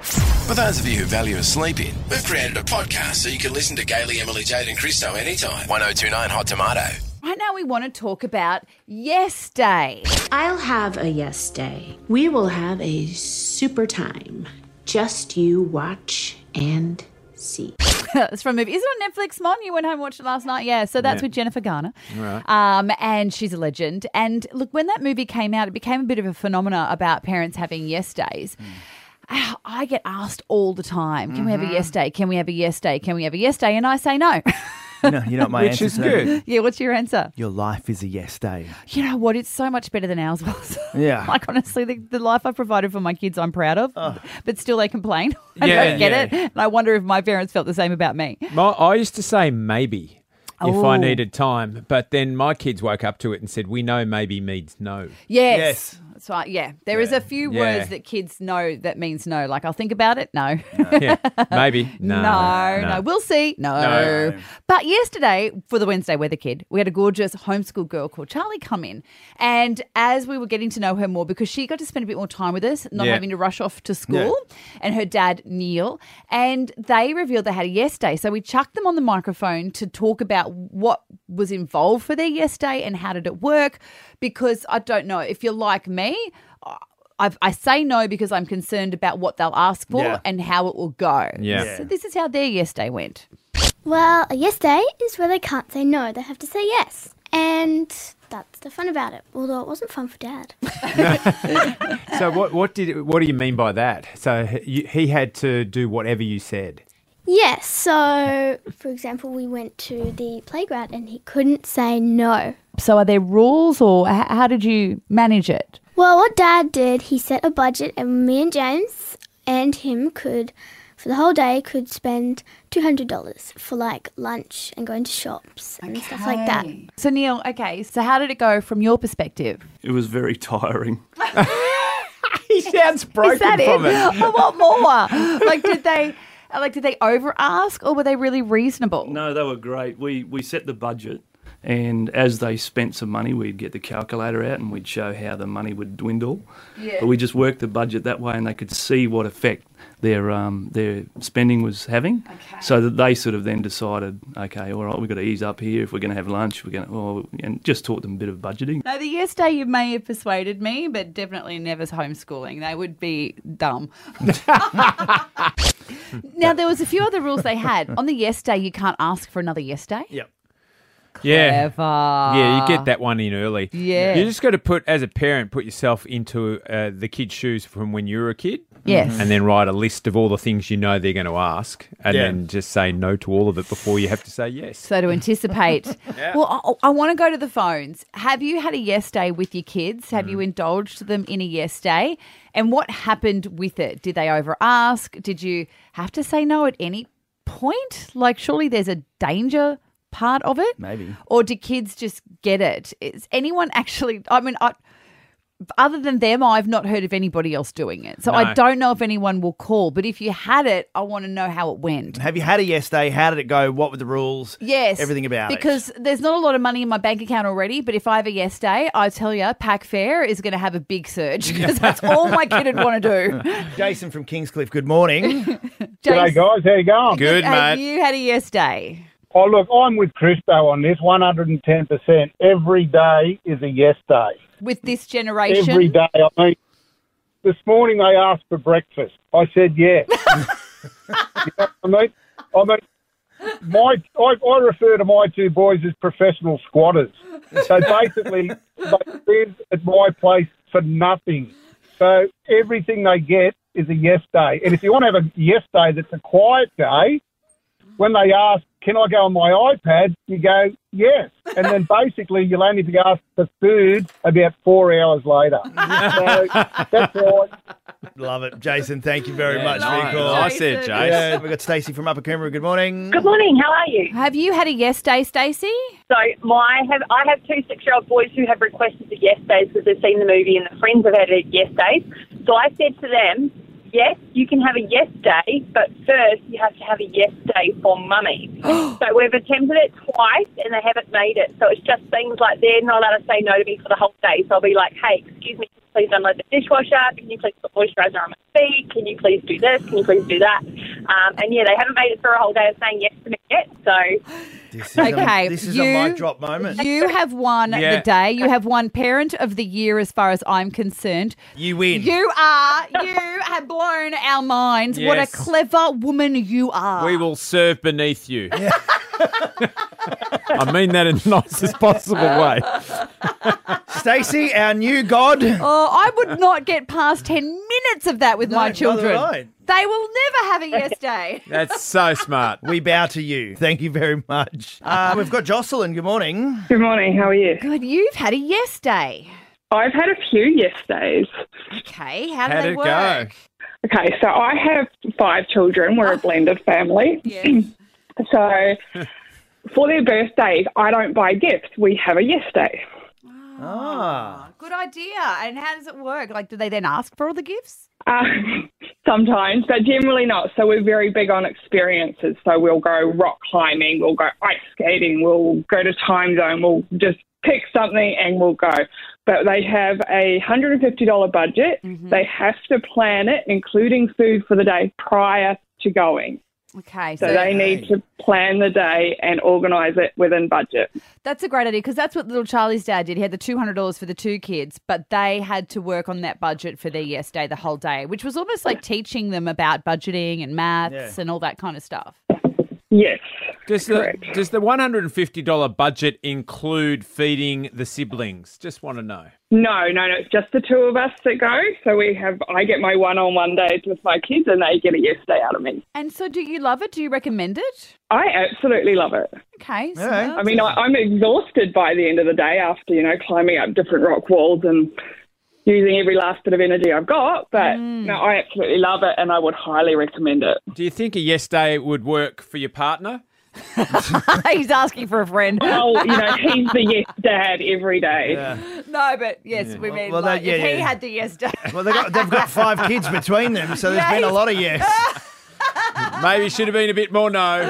For those of you who value a sleep in, we've created a podcast so you can listen to Gaily, Emily, Jade, and Christo anytime. 1029 Hot Tomato. Right now, we want to talk about Yes Day. I'll have a yes day. We will have a super time. Just you watch and see. it's from a movie. Is it on Netflix, Mon? You went home and watched it last night? Yeah. So that's with Jennifer Garner. Um, and she's a legend. And look, when that movie came out, it became a bit of a phenomena about parents having yes days. Ah, I get asked all the time, can we have a yes day? Can we have a yes day? Can we have a yes day? And I say no. No, you know what my Which answer is to that good. yeah, what's your answer? Your life is a yes day. You know what? It's so much better than ours was. Yeah. like, honestly, the, the life I provided for my kids, I'm proud of. But still, they complain. I Yeah, don't get yeah. it. And I wonder if my parents felt the same about me. My, I used to say maybe if I Oh. needed time, but then my kids woke up to it and said, "We know maybe means no." Yes. Yes. That's right. Yeah. there is a few Yeah. words that kids know that means no. Like, I'll think about it. No. yeah, maybe no, no, no. We'll see. No. No. But yesterday, for the Wednesday Weather Kid, we had a gorgeous homeschool girl called Charlie come in. And as we were getting to know her more, because she got to spend a bit more time with us, not Yeah. having to rush off to school, and her dad, Neil, and they revealed they had a yes day. So we chucked them on the microphone to talk about what was involved for their yes day and how did it work. Because I don't know, if you're like me, I've, I say no because I'm concerned about what they'll ask for Yeah. and how it will go. Yeah. So this is how their yes day went. Well, a yes day is where they can't say no, they have to say yes. And that's the fun about it. Although it wasn't fun for Dad. So what what did what do you mean by that? So he, he had to do whatever you said. yes, so for example, we went to the playground and he couldn't say no. So are there rules or h- how did you manage it? Well, what Dad did, he set a budget, and me and James and him could, for the whole day, could spend $200 for like lunch and going to shops and stuff like that. So Neil, okay, so how did it go from your perspective? It was very tiring. He sounds broken Is that it? I want more. like did they like did they over ask or were they really reasonable? No, they were great. We we set the budget, and as they spent some money, we'd get the calculator out and we'd show how the money would dwindle. Yeah. But we just worked the budget that way, and they could see what effect their um, their spending was having. Okay. So that they sort of then decided, okay, all right, we've got to ease up here if we're going to have lunch. We're going to, well, and just taught them a bit of budgeting. No, the yes day you may have persuaded me, but definitely never's homeschooling. They would be dumb. now there was a few other rules they had. On the yes day you can't ask for another yes day. Yep. Yeah. Ever. Yeah, you get that one in early. Yeah. You just got to put, as a parent, put yourself into uh, the kid's shoes from when you were a kid. Yes. And then write a list of all the things you know they're going to ask and Yeah. then just say no to all of it before you have to say yes. So to anticipate. Well, I, I want to go to the phones. Have you had a yes day with your kids? Have you indulged them in a yes day? And what happened with it? Did they over ask? Did you have to say no at any point? Like, surely there's a danger part of it? Maybe. Or do kids just get it? Is anyone actually, I mean, I. Other than them, I've not heard of anybody else doing it. So I No. don't know if anyone will call. But if you had it, I want to know how it went. Have you had a yes day? How did it go? What were the rules? Yes. Everything about it. because there's not a lot of money in my bank account already, but if I have a yes day, I tell you, Pack Fair is going to have a big surge because that's all my kid would want to do. Because Jason from Kingscliff, good morning. G'day, James, guys. How you going? Good, have mate. you had a yes day? Oh, look, I'm with Christo on this 110%. Every day is a yes day. With this generation, Every day. I mean, this morning they asked for breakfast. I said, yeah. you know what I mean? I mean, my, I, I refer to my two boys as professional squatters. So basically, they live at my place for nothing. So everything they get is a yes day. And if you want to have a yes day that's a quiet day, when they ask, can I go on my iPad? You go, yes. And then basically, you'll only be asked for food about four hours later. so that's right. Love it. Jason, thank you very much for your Nice, call. nice there, Jason. Jace. Yeah, we've got Stacey from Upper Coomera. Good morning. Good morning. How are you? have you had a yes day, Stacey? So my have I have two six year old boys who have requested the yes days because they've seen the movie and the friends have had it yes days. So I said to them, yes, you can have a yes day, but first you have to have a yes day for mummy. so we've attempted it twice and they haven't made it. So it's just things like they're not allowed to say no to me for the whole day. So I'll be like, hey, excuse me, please unload the dishwasher? Can you please put moisturiser on my feet? Can you please do this? Can you please do that? Um, and yeah, they haven't made it through a whole day of saying yes to me yet. So This is Okay, A, this is you- a mic drop moment. You, You have won Yeah. the day. You have won Parent of the Year, as far as I'm concerned. win. You are. You have blown our minds. What a Yes. clever woman you are. We will serve beneath you. I mean that in the nicest possible way. Stacey, our new god. Oh, I would not get past 10 minutes of that with No, my neither children. would I. They will never have a yes day. That's so smart. We bow to you. Thank you very much. Uh, we've got Jocelyn. Good morning. good morning. How are you? Good, you've had a yes day. I've had a few yes days. Okay, how do How'd they it go? work? Okay, so I have five children. We're a blended family. Yes. So for their birthdays, I don't buy gifts. We have a yes day. Ah, Good idea. And how does it work? Like, do they then ask for all the gifts? Um, sometimes, but generally not. So we're very big on experiences. So we'll go rock climbing, we'll go ice skating, we'll go to time zone, we'll just pick something and we'll go. But they have a $150 budget. They have to plan it, including food for the day prior to going. Okay, so, So they need to plan the day and organise it within budget. that's a great idea because that's what little Charlie's dad did. He had the two hundred dollars for the two kids, but they had to work on that budget for their yes day the whole day, which was almost like teaching them about budgeting and maths Yeah. and all that kind of stuff. Yes. Does the, Correct. does the $150 budget include feeding the siblings? Just want to know. No, no, no. It's just the two of us that go. So we have, I get my one on one days with my kids and they get a yes day out of me. And so, do you love it? Do you recommend it? I absolutely love it. Okay, so right. that's- I mean, I, I'm exhausted by the end of the day after, you know, climbing up different rock walls and using every last bit of energy I've got. But no, I absolutely love it and I would highly recommend it. Do you think a yes day would work for your partner? he's asking for a friend. Well, you know, he's the yes dad every day. No, but yes, we mean Well, like, that- yeah, if he yeah. had the yes day. well, they've got, they've got five kids between them, so there's been a lot of yes. Maybe should have been a bit more no.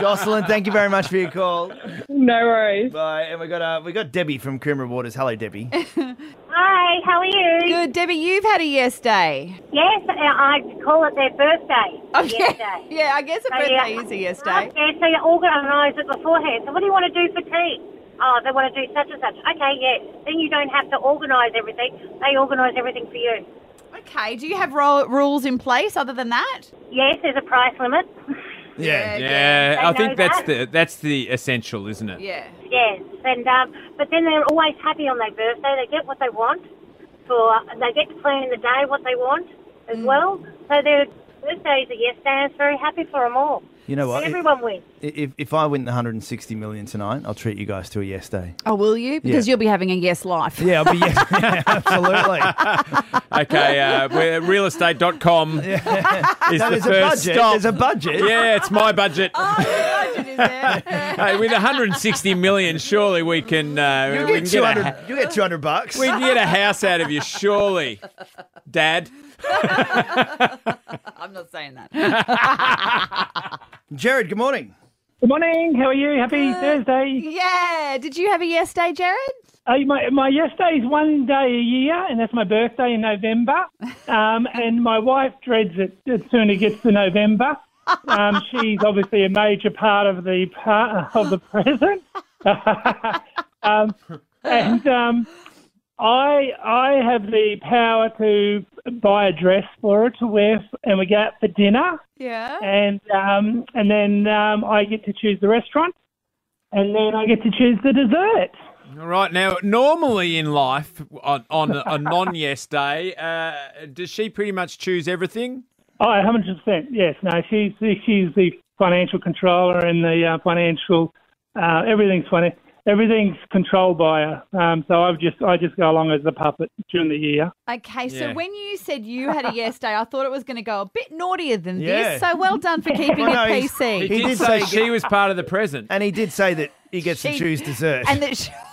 Jocelyn, thank you very much for your call. No worries. Bye. And we got uh, we got Debbie from Coomera Waters. Hello, Debbie. Hi, how are you? Good, Debbie, you've had a yes day. Yes, I call it their birthday. Okay. Yeah, I guess a birthday is a yes eh? day. Yeah, so you organise it beforehand. So what do you want to do for tea? Oh, they want to do such and such. Okay, yes. Then you don't have to organise everything. They organise everything for you. Okay, do you have ro- rules in place other than that? Yes, there's a price limit. Yeah. Yeah, I They think know that's that. the that's the essential, isn't it? Yeah. yes, and um, but then they're always happy on their birthday. They get what they want for. and They get to plan the day what they want as Hmm. well. So their birthdays are yes day. and It's very happy for them all. You know what? If, Everyone wins. if, if I win the 160 million tonight, I'll treat you guys to a yes day. Oh, will you? Because you'll be having a yes life. Yeah, I'll be yes. yeah, absolutely. Okay, uh, we're realestate.com is No, the there's a first budget. stop. There's a budget. yeah, it's my budget. yeah. Hey, with 160 million, surely we can uh, You we get can get a, 200. You get 200 bucks. we can get a house out of you, surely, Dad. I'm not saying that. Jared, good morning. Good morning. How are you? Happy Thursday. Yeah. Did you have a yes day, Jared? Uh, my, my yes day is one day a year, and that's my birthday in November. Um, and my wife dreads it as soon as it gets to November. Um, she's obviously a major part of the part of the present. um, and um, I I have the power to buy a dress for her to wear, f- and we go out for dinner Yeah. and um, and then um, I get to choose the restaurant, and then I get to choose the dessert. Right now, normally in life, on, on a non yes day, uh, does she pretty much choose everything? Oh, hundred percent. Yes. No, she's she's the financial controller and the uh, financial uh, everything's funny. Everything's controlled by her. Um, so I've just I just go along as the puppet during the year. Okay. So Yeah. when you said you had a yes day, I thought it was going to go a bit naughtier than Yeah. this. So well done for keeping Well, no, it he's- PC. He He, did, did say say- she was part of the present. And he did say that He gets to She- choose dessert. And that she,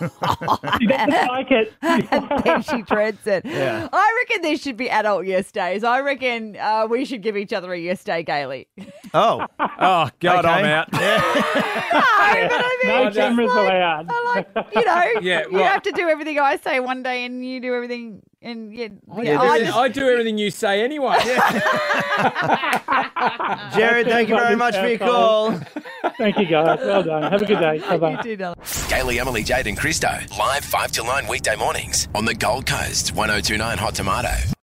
like it. then she dreads it. Yeah. I reckon there should be adult yes days. I reckon uh, we should give each other a yes day gaily. Oh. Oh, God, I'm out. No cameras allowed. You know, Yeah, you right. have to do everything I say one day, and you do everything, and yeah, I, yeah, do, I just- I do everything you say anyway. Jared, thank you very much for your call. Thank you, guys. Well done. Have a good day. Bye bye. Gaily, Emily, Jade, and Christo. Live 5 till 9 weekday mornings on the Gold Coast, 1029 Hot Tomato.